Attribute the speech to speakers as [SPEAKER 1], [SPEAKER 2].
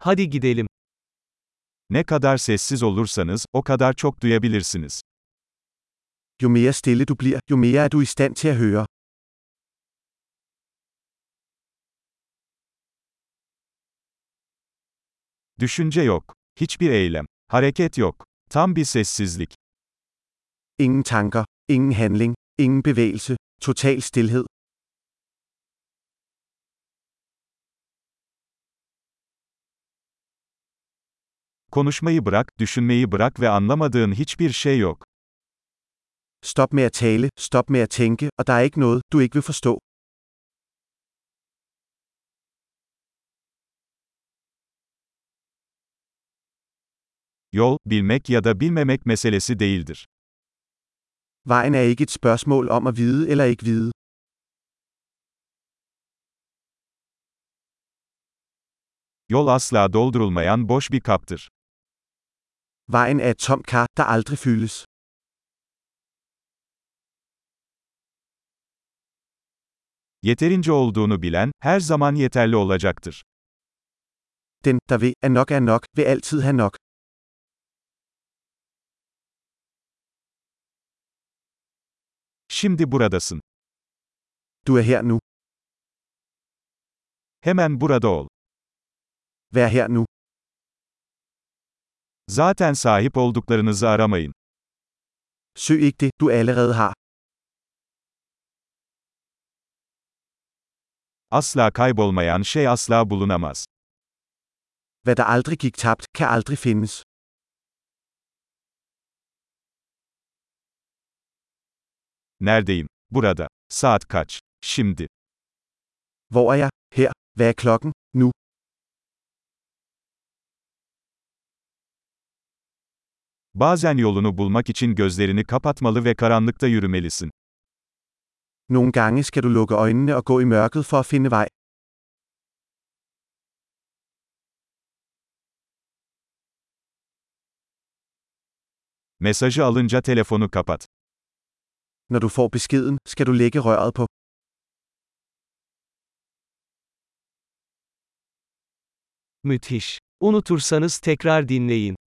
[SPEAKER 1] Hadi gidelim.
[SPEAKER 2] Ne kadar sessiz olursanız, o kadar çok duyabilirsiniz.
[SPEAKER 3] Jo mere stille du bliver, jo mere er du i stand til at høre.
[SPEAKER 2] Düşünce yok. Hiçbir eylem. Hareket yok. Tam bir sessizlik.
[SPEAKER 3] Ingen tanker, ingen handling, ingen bevægelse, total stilhed.
[SPEAKER 2] Konuşmayı bırak, düşünmeyi bırak ve anlamadığın hiçbir şey yok.
[SPEAKER 3] Stop med at tale, stop med at tænke, og der er ikke noget, du ikke vil forstå.
[SPEAKER 2] Yol, bilmek ya da bilmemek meselesi değildir.
[SPEAKER 3] Vejen er ikke et spørgsmål om at vide eller ikke vide.
[SPEAKER 2] Yol asla doldurulmayan boş bir kaptır.
[SPEAKER 3] Vejen er et tomt kar, der aldrig fyldes.
[SPEAKER 2] Yeterince olduğunu bilen, her zaman yeterli olacaktır.
[SPEAKER 3] Den, der ved, at nok er nok, vil altid have nok.
[SPEAKER 2] Şimdi buradasın.
[SPEAKER 3] Du er her nu.
[SPEAKER 2] Hemen burada ol.
[SPEAKER 3] Vær her nu.
[SPEAKER 2] Zaten sahip olduklarınızı aramayın.
[SPEAKER 3] Søg ikke det, du allerede har.
[SPEAKER 2] Asla kaybolmayan şey asla bulunamaz.
[SPEAKER 3] Hvad der aldrig gik tabt, kan aldrig findes.
[SPEAKER 2] Neredeyim? Burada. Saat kaç? Şimdi.
[SPEAKER 3] Hvor er jeg? Her. Hvad er klokken? Nu.
[SPEAKER 2] Bazen yolunu bulmak için gözlerini kapatmalı ve karanlıkta yürümelisin.
[SPEAKER 3] Nogle gange skal du lukke øjnene og gå i mørket for at finde vej.
[SPEAKER 2] Mesajı alınca telefonu kapat.
[SPEAKER 3] Når du får beskeden, skal du lægge røret på.
[SPEAKER 1] Müthiş. Unutursanız tekrar dinleyin.